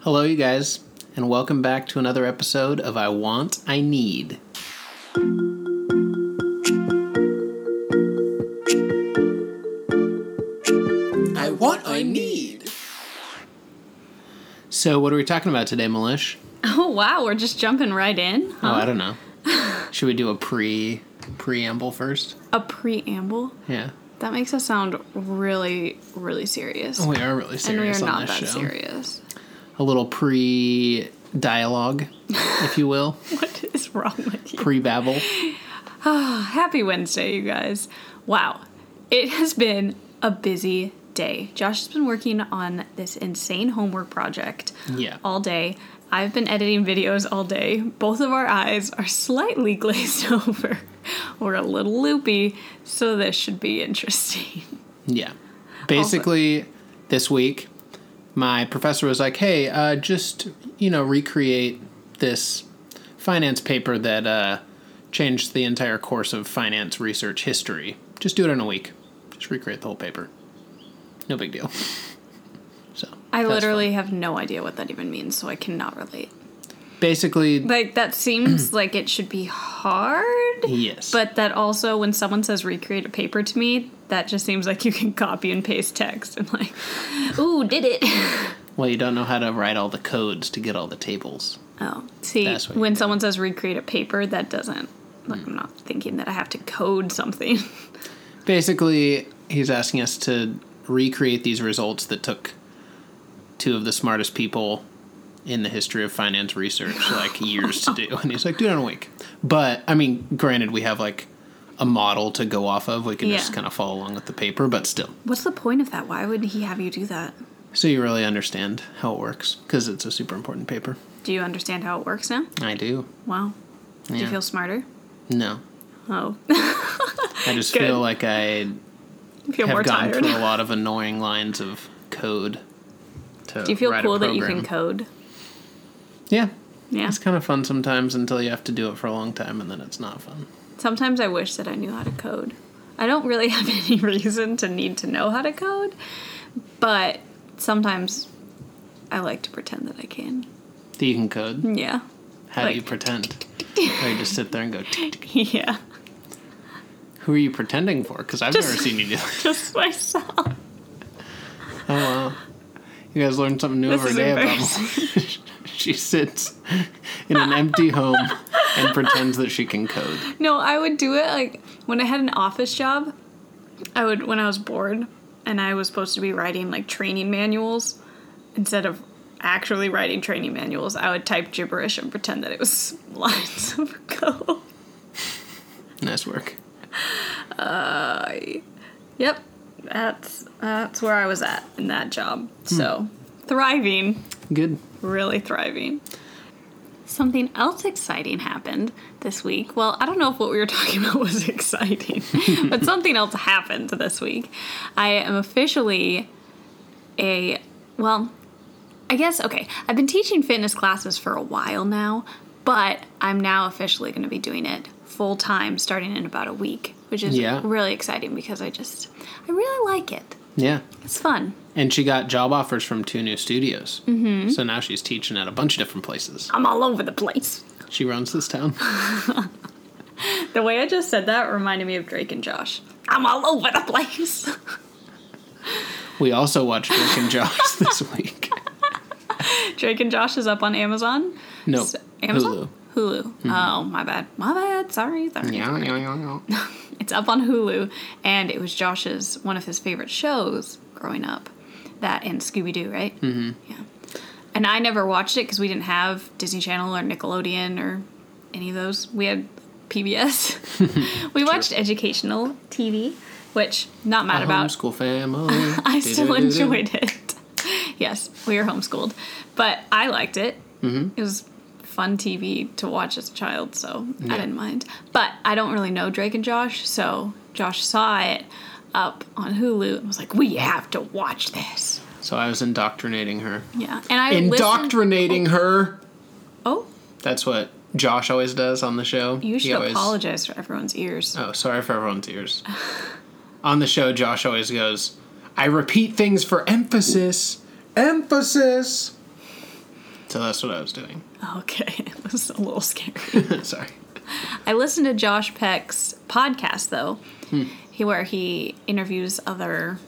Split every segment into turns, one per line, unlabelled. Hello, you guys, and welcome back to another episode of I Want, I Need.
I want, I need.
So, what are we talking about today, Malish?
Oh wow, we're just jumping right in.
Oh,
Huh?
I don't know. Should we do a pre preamble first?
a preamble.
Yeah.
That makes us sound really, really serious.
Oh, We are really
and we
serious
are
on
not
this
that
show.
serious.
A little pre dialogue, if you will,
What is wrong with you?
pre babble.
Happy Wednesday, you guys. Wow. It has been a busy day. Josh has been working on this insane homework project
Yeah.
all day. I've been editing videos all day. Both of our eyes are slightly glazed over. We're a little loopy, so this should be interesting.
Yeah. Basically, this week, my professor was like, hey, uh, just, you know, recreate this finance paper that uh, changed the entire course of finance research history. Just do it in a week. Just recreate the whole paper. No big deal. So
I
that's
literally have no idea what that even means, so I cannot relate.
fun. basically
Like that seems like it should be hard.
yes,
But that also when someone says recreate a paper to me, that just seems like you can copy and paste text and like, ooh, did it.
well, you don't know how to write all the codes to get all the tables.
Oh. See
That's what you
when
do. Hmm.
someone says recreate a paper, that doesn't like I'm not thinking that I have to code something.
Basically, he's asking us to recreate these results that took two of the smartest people in the history of finance research like years to do. And he's like, do it in a week. But I mean, granted, we have like a model to go off of. We can just
Yeah.
kind of follow along with the paper, but still.
What's the point of that? Why would he have you do that?
So you really understand how it works because it's a super important paper.
Do you understand how it works now?
I do.
Wow. Do you
Yeah.
feel smarter?
No.
Oh.
I just
Good.
feel like I
I feel more
have gone
tired.
through a lot of annoying lines of code. To
Do you feel
write a
cool that you can
program.
code?
Yeah.
Yeah.
It's kind of fun sometimes until you have to do it for a long time and then it's not fun.
Sometimes I wish that I knew how to code. I don't really have any reason to need to know how to code, but sometimes I like to pretend that I can.
Do you can code?
Yeah.
How
Like-
do you pretend? or you just sit there and go, "Tick, tick."
Yeah.
who are you pretending for? Because I've
Just-
never seen you do that.
Just myself.
Oh, wow. You guys learn something new
This
every
is
day about Melissa. she sits in an empty home and pretends that she can code.
No, I would do it like when I had an office job, I would when I was bored and I was supposed to be writing like training manuals instead of actually writing training manuals, I would type gibberish and pretend that it was lines of code.
Nice work.
Yep, that's that's where I was at in that job. So thriving,
Good.
really thriving. Something else exciting happened this week. Well, I don't know if what we were talking about was exciting, but something else happened this week. I am officially a well, I guess okay. I've been teaching fitness classes for a while now, but I'm now officially going to be doing it full time starting in about a week, which is
Yeah.
really exciting because I just I really like it.
Yeah.
It's fun.
And she got job offers from two new studios. Mm-hmm. So now she's teaching at a bunch of different places.
I'm all over the place.
She runs this town.
The way I just said that reminded me of Drake and Josh. I'm all over the place.
We also watched Drake and Josh this week.
Drake and Josh is up on Amazon.
No,
S- Amazon? Hulu. Oh, my bad. My bad. Sorry. Sorry.
Yeah, yeah, yeah, yeah.
It's up on Hulu, and it was Josh's one of his favorite shows growing up. That and Scooby Doo, right? Mm-hmm. Yeah. And I never watched it because we didn't have Disney Channel or Nickelodeon or any of those. We had PBS. we watched educational TV, which not mad about.
Homeschool family.
I still
Do-do-do-do.
enjoyed it. yes, we were homeschooled, but I liked it. It was fun TV to watch as a child, so I didn't mind. But I don't really know Drake and Josh, so Josh saw it up on Hulu and was like, "We have to watch this."
So I was indoctrinating her.
Yeah, and I listened-
Indoctrinating her.
Oh,
That's what Josh always does on the show.
you
He
should
always-
apologize for everyone's ears.
Oh, sorry for everyone's ears. on the show, Josh always goes, "I repeat things for emphasis, emphasis." So that's what I was doing.
Okay, it was a little scary.
Sorry.
I listened to Josh Peck's podcast though, he, where he interviews other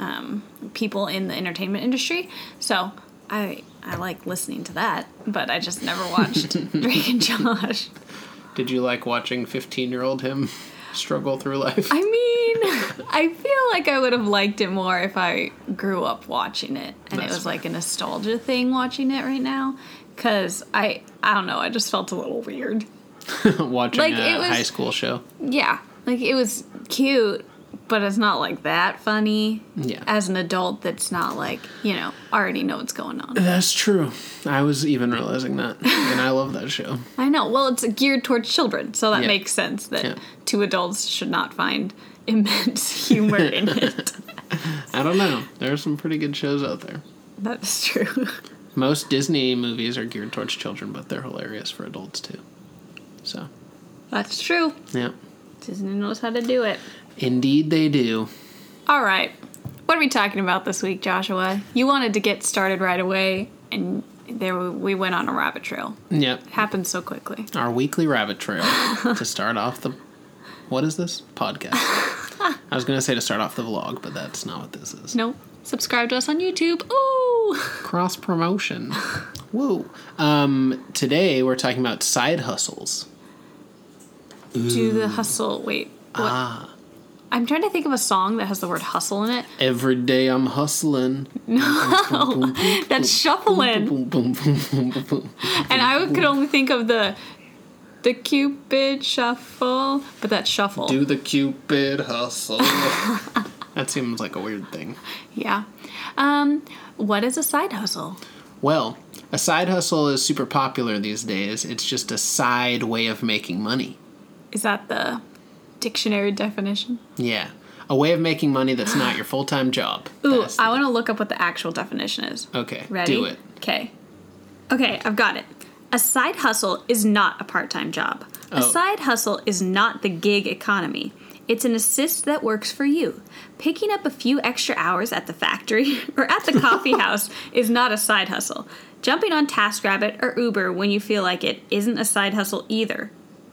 um, people in the entertainment industry. So I I like listening to that, but I just never watched Drake and Josh.
Did you like watching 15 year old him struggle through life?
I mean, I feel like I would have liked it more if I grew up watching it, and it
That's
was like a nostalgia thing watching it right now. Cause I I don't know, I just felt a little weird.
watching
like,
a
it was-
high school show.
Yeah, like it was cute, but it's not like that funny.
Yeah.
As an adult, that's not like you know already know what's going on.
That's true. I was even realizing that. And I love that show.
I know. Well, it's geared towards children, so that
Yeah.
makes sense that
Yeah.
two adults should not find immense humor in it.
I don't know. There are some pretty good shows out there.
That's true.
Most Disney movies are geared towards children, but they're hilarious for adults too. So,
That's true.
yeah.
Disney knows how to do it.
Indeed, they do.
All right. What are we talking about this week, Joshua? You wanted to get started right away, and there we- we went on a rabbit trail.
Yep.
Happened so quickly.
Our weekly rabbit trail to start off the. What is this? Podcast. I was going to say to start off the vlog, but that's not what this is.
No, subscribe to us on YouTube. Ooh!
Cross promotion. Woo. Um, today we're talking about side hustles.
Do the hustle. Wait. What?
Ah.
I'm trying to think of a song that has the word hustle in it.
Every day I'm hustling.
That's shuffling.
Boom, boom, boom, boom, boom, boom.
And I could only think of the the Cupid shuffle, but that's shuffle.
Do the Cupid hustle. that seems like a weird thing.
Yeah. Um, what is a side hustle?
Well, a side hustle is super popular these days. It's just a side way of making money.
Is that the dictionary definition?
Yeah. A way of making money that's not your full time job.
Ooh,
That's-
I want to look up what the actual definition is.
Okay.
Ready?
Do it.
Okay. Okay, I've got it. A side hustle is not a part time job.
Oh.
A side hustle is not the gig economy. It's an assist that works for you. Picking up a few extra hours at the factory or at the coffee house is not a side hustle. Jumping on TaskRabbit or Uber when you feel like it isn't a side hustle either.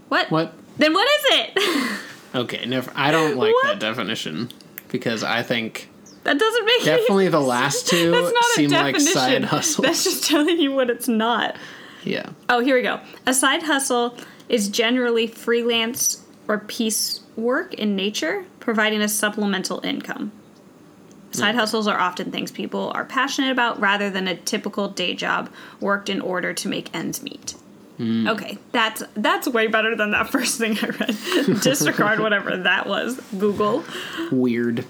What?
What?
Then what is it?
Okay, never. I don't like
What?
that definition because I think
that doesn't make any
definitely the last two
That's not
seem
a
like
definition.
side hustles.
That's just telling you what it's not.
yeah.
Oh, here we go. A side hustle is generally freelance or piece work in nature, providing a supplemental income. Side hustles are often things people are passionate about rather than a typical day job worked in order to make ends meet. Okay, that's that's way better than that first thing I read. Disregard whatever that was. Google.
Weird.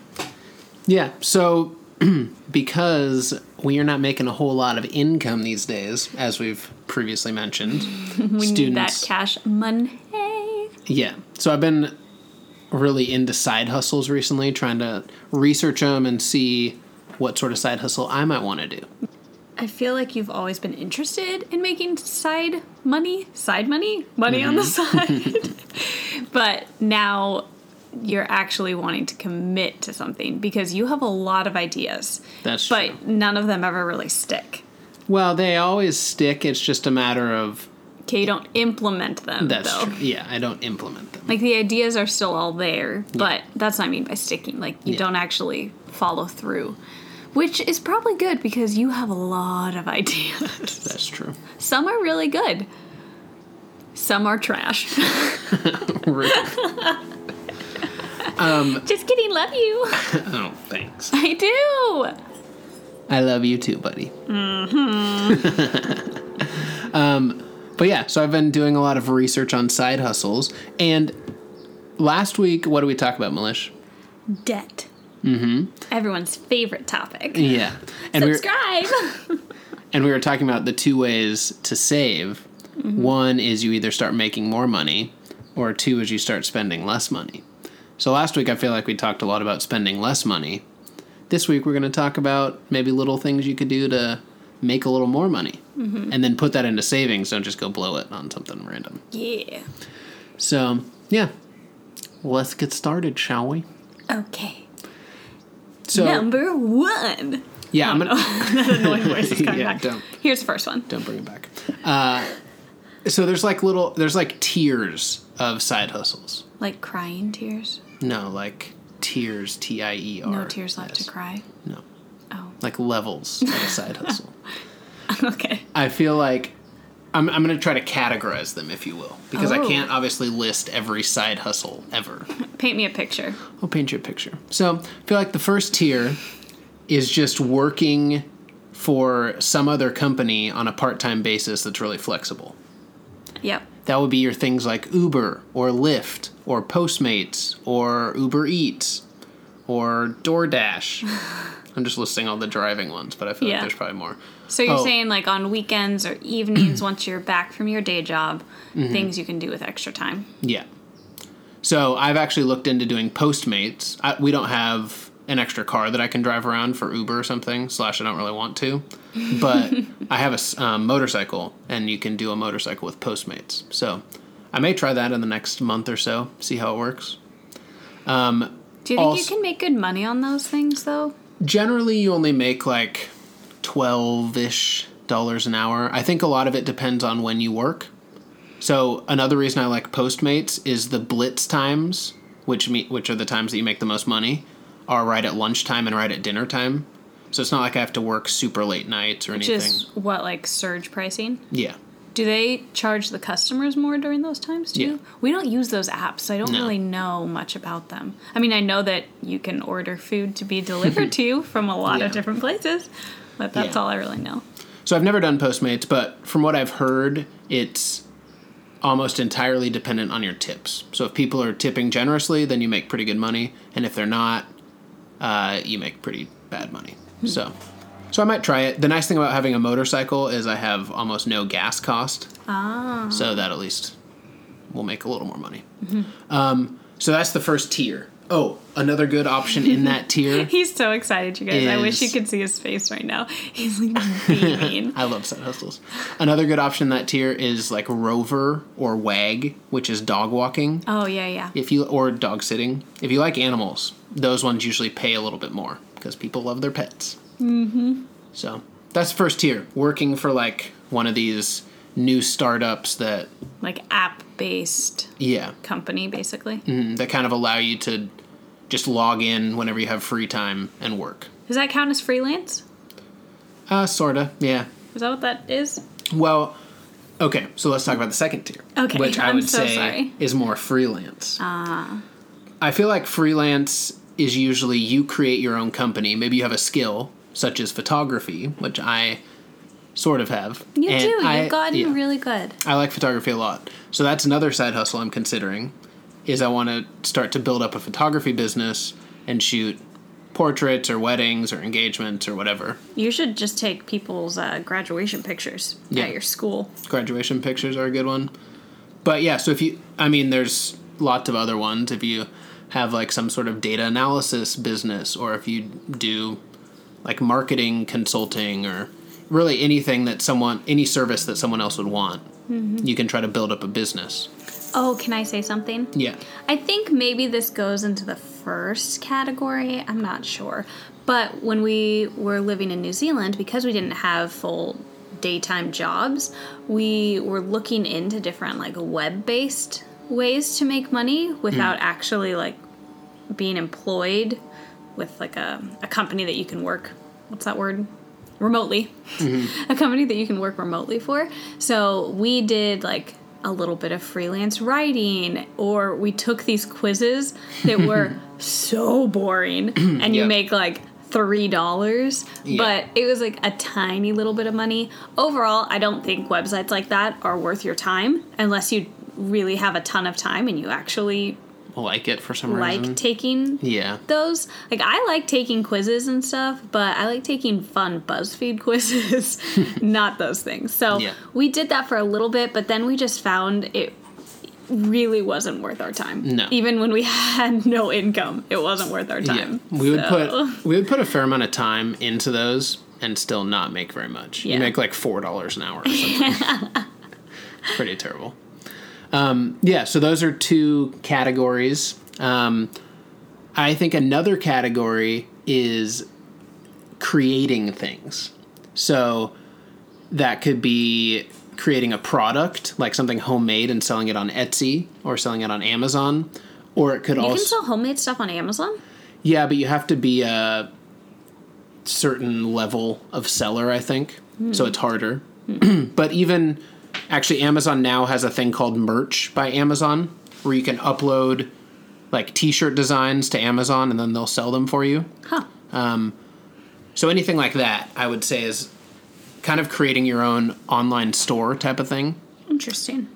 Yeah. So because we are not making a whole lot of income these days, as we've previously mentioned,
We
students.
need that cash money.
Yeah. So I've been really into side hustles recently, trying to research them and see what sort of side hustle I might want to do.
I feel like you've always been interested in making side money, side money, money on the
Mm-hmm.
side. but now you're actually wanting to commit to something because you have a lot of ideas,
That's
but
true.
none of them ever really stick.
Well, they always stick. It's just a matter of
Okay, you don't implement them
that's
though.
true. Yeah, I don't implement them.
Like the ideas are still all there, but that's what I mean by sticking. Like you
Yeah.
don't actually follow through, which is probably good because you have a lot of ideas.
That's true.
Some are really good. Some are trash.
Rude.
Just kidding, love you.
oh, thanks.
I do.
I love you too, buddy. Mm-hmm. um, but yeah, so I've been doing a lot of research on side hustles. And last week, what did we talk about, Milish?
Debt. Mm-hmm. Everyone's favorite topic.
Yeah, and we were,
Subscribe.
and we were talking about the two ways to save. One is you either start making more money, or two is you start spending less money. So last week, I feel like we talked a lot about spending less money. This week, we're going to talk about maybe little things you could do to make a little more money, and then put that into savings. Don't just go blow it on something random.
yeah.
So yeah, let's get started, shall we?
Okay.
So
Number one.
Yeah, I'm gonna
that annoying voice is coming
Yeah,
back.
don't.
Here's the first one.
don't bring it back. Uh, so there's like little there's like tiers of side hustles.
Like crying tears.
No, like tiers, T I E R.
No tears left
S.
to cry.
No,
Oh,
like levels of a side hustle.
okay.
I feel like I'm, I'm going to try to categorize them, if you will, because I
Oh.
can't obviously list every side hustle ever.
Paint me a picture.
I'll paint you a picture. So I feel like the first tier is just working for some other company on a part time basis that's really flexible.
Yep.
That would be your things like Uber or Lyft or Postmates or Uber Eats or DoorDash. I'm just listing all the driving ones, but I feel
Yeah.
like there's probably more.
So you're
Oh.
saying like on weekends or evenings, once you're back from your day job,
Mm-hmm.
things you can do with extra time.
Yeah. So I've actually looked into doing Postmates. I, we don't have an extra car that I can drive around for Uber or something. Slash, I don't really want to, but I have a s- um, motorcycle, and you can do a motorcycle with Postmates. So I may try that in the next month or so. See how it works.
Do you think you
Also-
can make good money on those things though?
Generally, you only make like twelve ish dollars an hour. I think a lot of it depends on when you work. So another reason I like Postmates is the blitz times, which me, which are the times that you make the most money, are right at lunchtime and right at dinner time. So it's not like I have to work super late nights or anything.
Just what like surge pricing?
yeah.
Do they charge the customers more during those times too?
Yeah.
We don't use those apps, so I don't
No.
really know much about them. I mean, I know that you can order food to be delivered to you from a lot
Yeah.
of different places, but that's
Yeah.
all I really know.
So I've never done Postmates, but from what I've heard, it's almost entirely dependent on your tips. So if people are tipping generously, then you make pretty good money, and if they're not, uh, you make pretty bad money. So, so I might try it. The nice thing about having a motorcycle is I have almost no gas cost. Ah. So that at least will make a little more money. Um, so that's the first tier. Oh, another good option in that tier.
He's so excited, you guys. I wish you
Is-
could see his face right now. He's like beaming.
I love side hustles. Another good option in that tier is like Rover or Wag, which is dog walking.
oh yeah, yeah.
If you or dog sitting. If you like animals, those ones usually pay a little bit more because people love their pets. Mm-hmm. So that's first tier. Working for like one of these new startups that
Like app based
yeah
company basically.
that kind of allow you to just log in whenever you have free time and work.
Does that count as freelance?
Uh, sorta. Yeah.
Is that what that is?
Well, okay, so let's talk about the second tier.
Okay,
Which I
I'm
would
so
say
sorry.
is more freelance. Ah. I feel like freelance is usually you create your own company. Maybe you have a skill, such as photography, which I sort of have.
You
And
do. You've
I-
gotten
yeah.
really good.
I like photography a lot. So that's another side hustle I'm considering is I want to start to build up a photography business and shoot portraits or weddings or engagements or whatever.
You should just take people's uh, graduation pictures
Yeah.
at your school.
graduation pictures are a good one. But yeah, so if you, I mean, there's lots of other ones. If you have like some sort of data analysis business, or if you do like marketing consulting, or really anything that someone, any service that someone else would want, you can try to build up a business.
Oh, can I say something?
Yeah.
I think maybe this goes into the first category. I'm not sure. But when we were living in New Zealand, because we didn't have full daytime jobs, we were looking into different like web based ways to make money without actually like being employed with like a, a company that you can work what's that word remotely a company that you can work remotely for so we did like a little bit of freelance writing or we took these quizzes that were so boring and you
Yep.
make like three dollars
Yeah.
but it was like a tiny little bit of money overall i don't think websites like that are worth your time unless you really have a ton of time and you actually
Like it for some reason.
like taking
yeah.
those. Like I like taking quizzes and stuff, but I like taking fun BuzzFeed quizzes, not those things. So
Yeah.
we did that for a little bit, but then we just found it really wasn't worth our time.
No.
Even when we had no income, it wasn't worth our
Yeah.
time.
We would
So-
put we would put a fair amount of time into those and still not make very much.
Yeah.
You make like four dollars an hour or something. it's pretty terrible. Um, yeah, so those are two categories. Um, I think another category is creating things. So that could be creating a product, like something homemade and selling it on Etsy or selling it on Amazon. Or it could
You
also
can sell homemade stuff on Amazon.
yeah, but you have to be a certain level of seller, I think. So it's harder. but even actually, Amazon now has a thing called Merch by Amazon where you can upload like t shirt designs to Amazon and then they'll sell them for you.
Huh.
So anything like that, I would say, is kind of creating your own online store type of thing.
Interesting.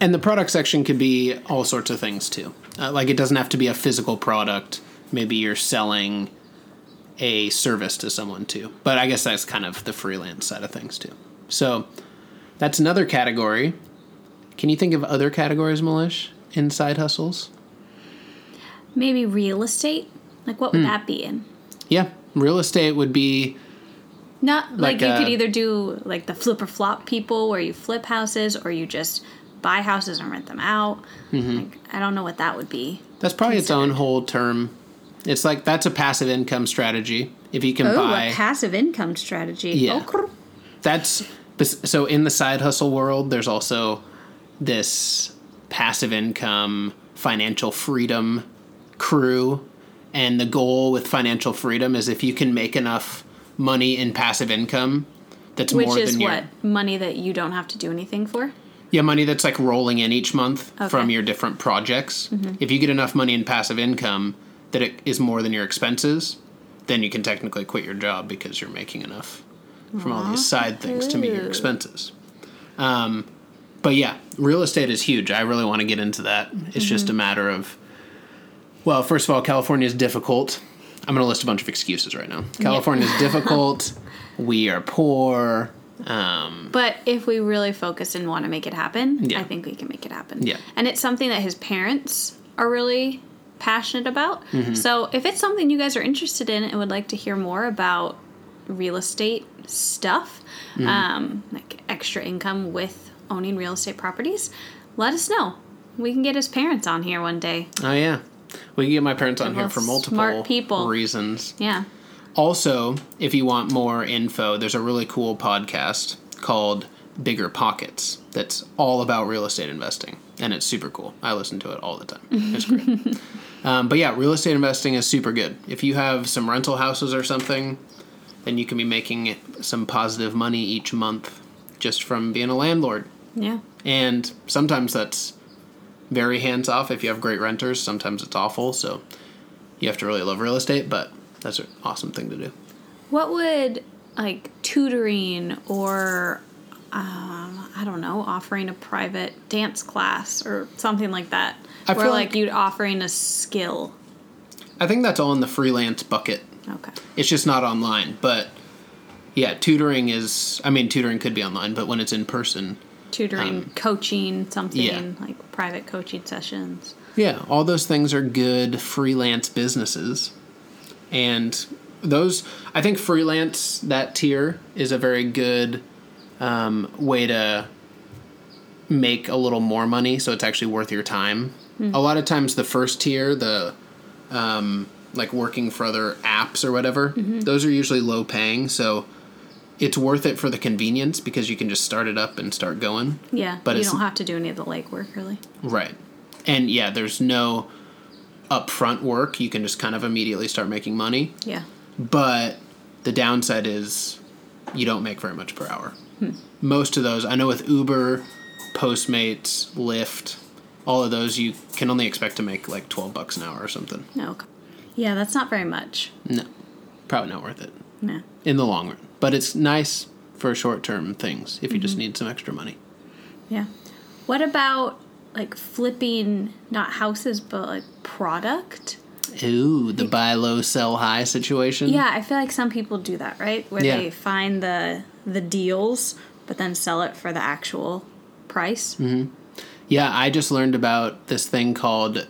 And the product section could be all sorts of things too. Uh, like it doesn't have to be a physical product. Maybe you're selling a service to someone too. But I guess that's kind of the freelance side of things too. So that's another category. Can you think of other categories, Malish, in side hustles?
Maybe real estate. Like what would
Hmm.
that be in?
Yeah, real estate would be
Not like,
Like,
you
uh,
could either do like the flip or flop people where you flip houses or you just buy houses and rent them out.
Mm-hmm.
Like, I don't know what that would be.
that's probably its own whole term. It's like that's a passive income strategy. If you can
Oh,
buy
a passive income strategy.
Yeah.
Oh,
that's so in the side hustle world there's also this passive income financial freedom crew and the goal with financial freedom is if you can make enough money in passive income that's
Which
more
is
than your
what? Money that you don't have to do anything for?
yeah money that's like rolling in each month from
Okay.
your different projects if you get enough money in passive income that it is more than your expenses then you can technically quit your job because you're making enough from all these side things to meet your
Wahoo.
expenses um, but yeah real estate is huge i really want to get into that it's just a matter of well first of all california is difficult i'm going to list a bunch of excuses right now california is difficult we are poor
But if we really focus and want to make it happen,
Yeah.
I think we can make it happen.
Yeah.
And it's something that his parents are really passionate about.
Mm-hmm.
So if it's something you guys are interested in and would like to hear more about real estate stuff,
Mm-hmm.
um, like extra income with owning real estate properties, let us know. We can get his parents on here one day.
Oh yeah, we can get my parents on
They're
here
both
for multiple
smart people.
reasons.
Yeah.
Also, if you want more info, there's a really cool podcast called Bigger Pockets that's all about real estate investing, and it's super cool. I listen to it all the time. It's great. um, but yeah, real estate investing is super good. If you have some rental houses or something, then you can be making some positive money each month just from being a landlord.
Yeah.
And sometimes that's very hands off if you have great renters. Sometimes it's awful. So you have to really love real estate, but that's an awesome thing to do.
What would like tutoring or um, I don't know, offering a private dance class or something like that,
I
where
feel
like,
like-
you'd offering a skill?
I think that's all in the freelance bucket.
Okay,
It's just not online. But yeah, tutoring is, I mean, tutoring could be online, but when it's in person,
tutoring, coaching, something
Um, yeah.
like private coaching sessions.
Yeah, all those things are good freelance businesses. And those, I think freelance, that tier, is a very good um, way to make a little more money so it's actually worth your time. A lot of times, the first tier, the um, like working for other apps or whatever, those are usually low paying. So it's worth it for the convenience because you can just start it up and start going.
Yeah,
But
you
it's-
don't have to do any of the legwork really.
Right. And yeah, there's no upfront work. You can just kind of immediately start making money.
Yeah,
But the downside is you don't make very much per hour. Most of those, I know with Uber, Postmates, Lyft, all of those, you can only expect to make like 12 bucks an hour or something.
no. okay. Yeah, that's not very much.
No, probably not worth it
No.
in the long run. But it's nice for short term things if you just need some extra money.
Yeah. What about like flipping not houses but like product?
Ooh, the buy low, sell high situation.
Yeah, I feel like some people do that, right? Where
Yeah.
they find the the deals, but then sell it for the actual price.
Mm-hmm. Yeah, I just learned about this thing called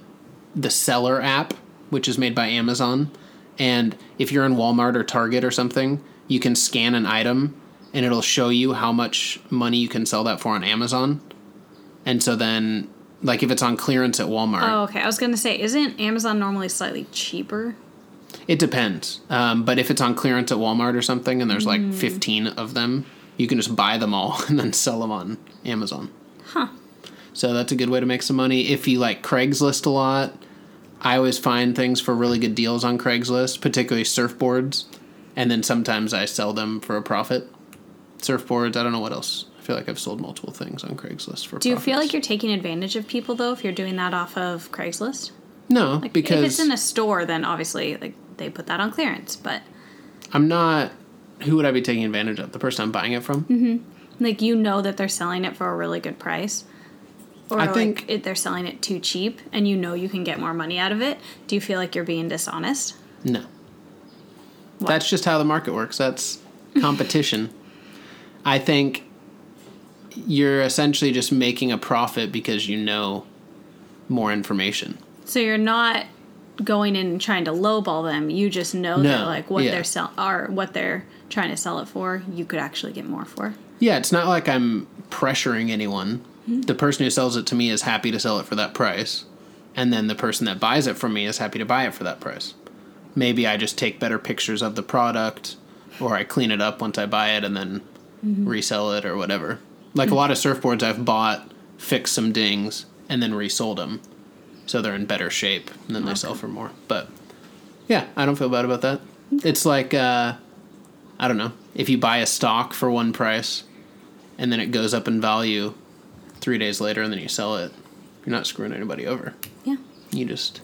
the Seller app, which is made by Amazon. And if you're in Walmart or Target or something, you can scan an item and it'll show you how much money you can sell that for on Amazon. And so then, like if it's on clearance at Walmart,
Oh, okay. I was gonna say, isn't Amazon normally slightly cheaper?
It depends. Um, but if it's on clearance at Walmart or something and there's
Mm.
like 15 of them, you can just buy them all and then sell them on Amazon.
Huh.
So that's a good way to make some money. If you like Craigslist a lot, I always find things for really good deals on Craigslist, particularly surfboards. And then sometimes I sell them for a profit. Surfboards, I don't know what else. I feel like I've sold multiple things on Craigslist for
Do you feel like
profits.
you're taking advantage of people though if you're doing that off of Craigslist?
No, because
if it's in a store, then obviously like they put that on clearance. But
I'm not. Who would I be taking advantage of? The person I'm buying it from?
like you know that they're selling it for a really good price, or
I
like
think-
it, they're selling it too cheap, and you know you can get more money out of it. Do you feel like you're being dishonest?
No. That's just how the market works. That's competition. I think you're essentially just making a profit because you know more information.
So you're not going in and trying to lowball them. You just know that
No,
like what
yeah.
they're sell are what they're trying to sell it for. You could actually get more for.
Yeah, it's not like I'm pressuring anyone. The person who sells it to me is happy to sell it for that price, and then the person that buys it from me is happy to buy it for that price. Maybe I just take better pictures of the product, or I clean it up once I buy it and then resell it or whatever. Like a lot of surfboards I've bought, fixed some dings, and then resold them. So they're in better shape, and then they sell for more. But yeah, I don't feel bad about that. It's like, uh, I don't know, if you buy a stock for one price and then it goes up in value three days later and then you sell it, you're not screwing anybody over.
Yeah,
You just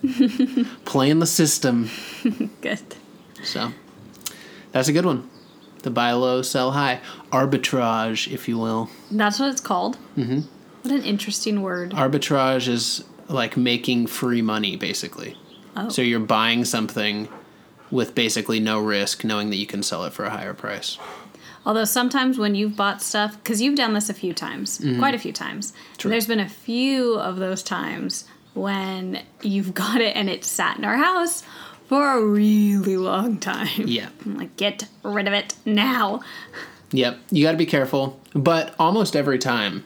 playing the system.
good.
So that's a good one. The buy low, sell high. Arbitrage, if you will.
That's what it's called. Mm-hmm. What an interesting word.
Arbitrage is like making free money, basically.
Oh.
So you're buying something with basically no risk, knowing that you can sell it for a higher price.
Although sometimes when you've bought stuff, because you've done this a few times,
Mm-hmm.
quite a few times, and there's been a few of those times when you've got it and it sat in our house for a really long time.
Yeah.
I'm like, get rid of it now.
Yep, you got to be careful. But almost every time,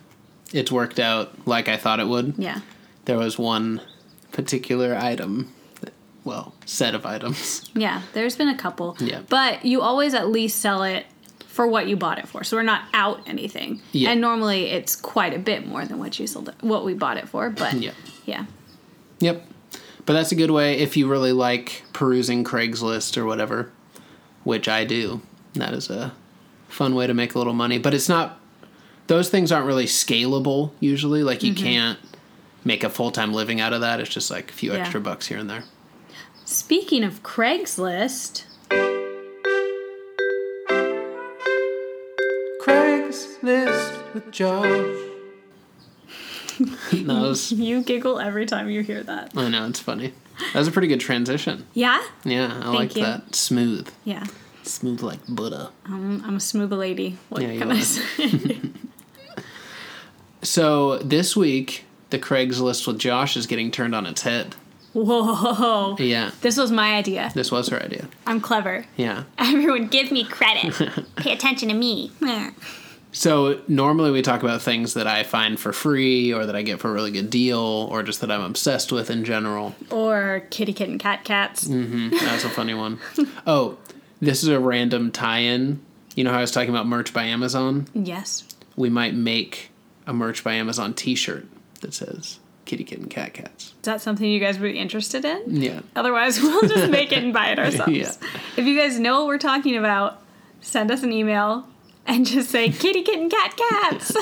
it's worked out like I thought it would.
Yeah.
There was one particular item, well, set of items.
Yeah. There's been a couple.
Yeah.
But you always at least sell it for what you bought it for. So we're not out anything.
Yeah.
And normally it's quite a bit more than what you sold it, what we bought it for. But
Yeah.
yeah.
Yep. But that's a good way if you really like perusing Craigslist or whatever, which I do. That is a fun way to make a little money. But it's not, those things aren't really scalable usually. Like you can't make a full time living out of that. It's just like a few
Yeah.
extra bucks here and there.
Speaking of Craigslist,
Craigslist with Josh. that was,
you giggle every time you hear that.
I know, it's funny. That was a pretty good transition.
Yeah?
Yeah, I like
you.
that. Smooth.
Yeah.
Smooth like Buddha.
Um, I'm a smooth lady. What
Yeah, you
can I
are.
say?
So this week, the Craigslist with Josh is getting turned on its head.
Whoa.
Yeah,
This was my idea.
this was her idea.
I'm clever.
Yeah.
Everyone, give me credit. Pay attention to me.
So normally we talk about things that I find for free or that I get for a really good deal or just that I'm obsessed with in general.
or kitty, kitten, cat, cats.
Mm. That's a funny one. Oh, this is a random tie-in. You know how I was talking about merch by Amazon?
Yes.
We might make a merch by Amazon T-shirt that says "Kitty Kitten Cat Cats."
Is that something you guys would be interested in?
Yeah,
Otherwise, we'll just make it and buy it ourselves.
Yeah.
If you guys know what we're talking about, send us an email and just say kitty, kitten, cat, cats.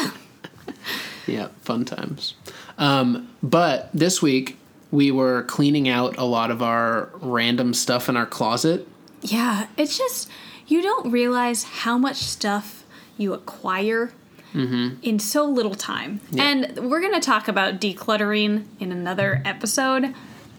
yeah, fun times. Um, but this week we were cleaning out a lot of our random stuff in our closet.
Yeah, it's just you don't realize how much stuff you acquire in so little time. And we're going to talk about decluttering in another episode,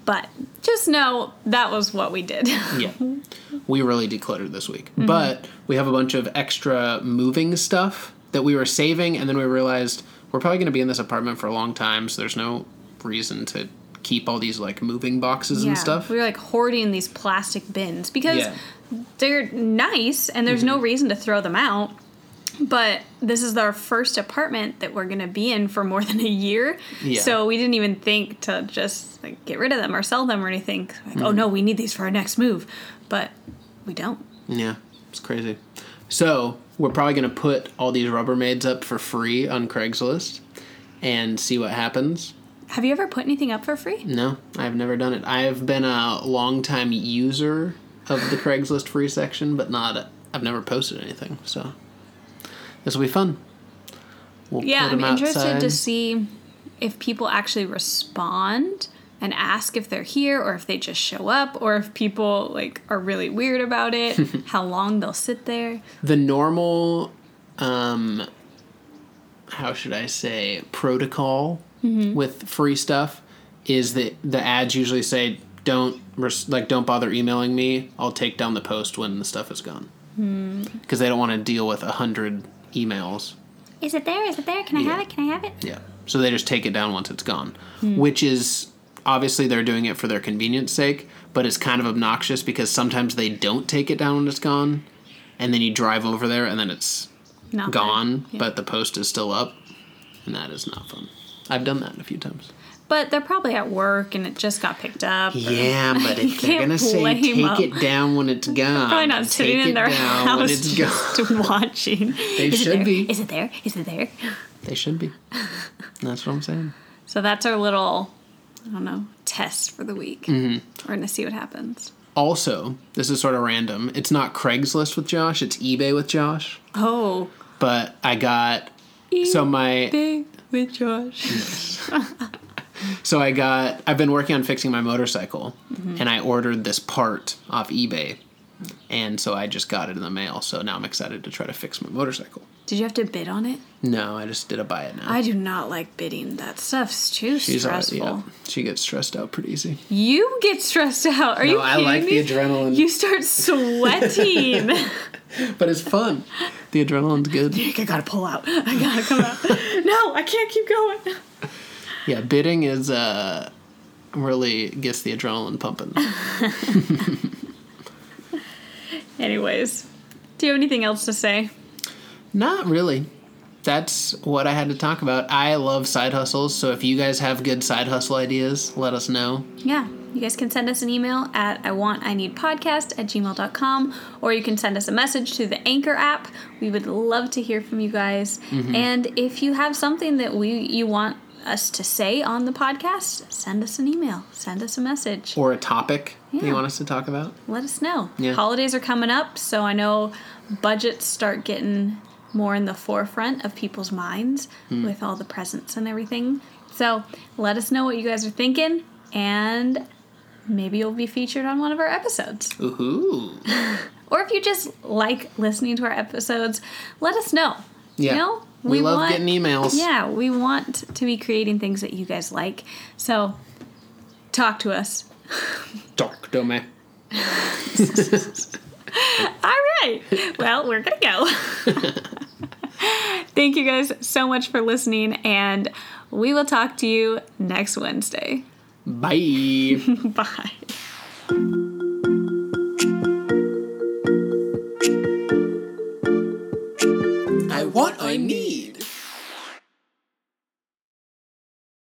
but just know that was what we did.
Yeah, Mm-hmm. we really decluttered this week, but we have a bunch of extra moving stuff that we were saving, and then we realized we're probably going to be in this apartment for a long time, so there's no reason to keep all these like moving boxes and stuff.
We were like hoarding these plastic bins because
Yeah. Mm-hmm.
they're nice and there's no reason to throw them out. But this is our first apartment that we're going to be in for more than a year.
Yeah.
So we didn't even think to just like, get rid of them or sell them or anything. Like,
Mm.
Oh no, we need these for our next move. But we don't.
Yeah, it's crazy. So we're probably going to put all these Rubbermaids up for free on Craigslist and see what happens.
Have you ever put anything up for free?
No, I've never done it. I've been a longtime user of the Craigslist free section, but not. I've never posted anything, so this will be fun. We'll
Yeah,
put
I'm
'em
interested to
outside.
see if people actually respond and ask if they're here or if they just show up or if people like are really weird about it, how long they'll sit there.
the normal um how should i say protocol
Mm-hmm.
with free stuff is that the ads usually say don't res- like don't bother emailing me i'll take down the post when the stuff is gone
Hmm.
because they don't want to deal with a hundred emails
Is it there? Is it there? Can I
have Yeah. it?
Can I have it?
yeah so they just take it down once it's gone
Hmm.
which is obviously they're doing it for their convenience sake but it's kind of obnoxious because sometimes they don't take it down when it's gone and then you drive over there and then it's
Not
gone,
Yeah.
but the post is still up, and that is not fun. I've done that a few times.
But they're probably at work and it just got picked up. or-
Yeah, but
You
if they're
can't
gonna say
blame
take
them.
it down when it's gone,
Probably not sitting
take
in
it
their
down
house
when it's gone.
just watching.
They
is it
should
there?
be.
Is it there? Is it there?
They should be. That's what I'm saying.
So that's our little, I don't know, test for the week.
Mm-hmm.
We're gonna see what happens.
Also, this is sort of random. It's not Craigslist with Josh. It's eBay with Josh.
Oh,
But I got so my
big with Josh.
So I got. I've been working on fixing my motorcycle, and I ordered this part off eBay, and so I just got it in the mail. So now I'm excited to try to fix my motorcycle.
Did you have to bid on it?
No, I just did a buy it now.
I do not like bidding. That stuff's too
already-
stressful.
yeah, she gets stressed out pretty easy.
You get stressed out. Are you
No, I
kidding
like
me?
the adrenaline.
You start sweating.
But it's fun. the adrenaline's good.
I gotta pull out. I gotta come out. no, I can't keep going.
Yeah, bidding is uh really gets the adrenaline pumping.
Anyways, do you have anything else to say?
Not really. That's what I had to talk about. I love side hustles, so if you guys have good side hustle ideas, let us know.
Yeah, you guys can send us an email at I want I need podcast at gmail.com or you can send us a message to the Anchor app. We would love to hear from you guys. And if you have something that we you want us to say on the podcast, send us an email, send us a message.
Or a topic
Yeah.
you want us to talk about.
Let us know.
Yeah.
Holidays are coming up, so I know budgets start getting more in the forefront of people's minds
Hmm.
with all the presents and everything. So let us know what you guys are thinking, and maybe you'll be featured on one of our episodes.
Ooh.
Or if you just like listening to our episodes, let us know.
Yeah.
You know,
We love getting emails.
Yeah, we want to be creating things that you guys like. So talk to us.
Talk to me.
All right. Well, we're going to go. Thank you guys so much for listening, and we will talk to you next Wednesday.
Bye.
Bye.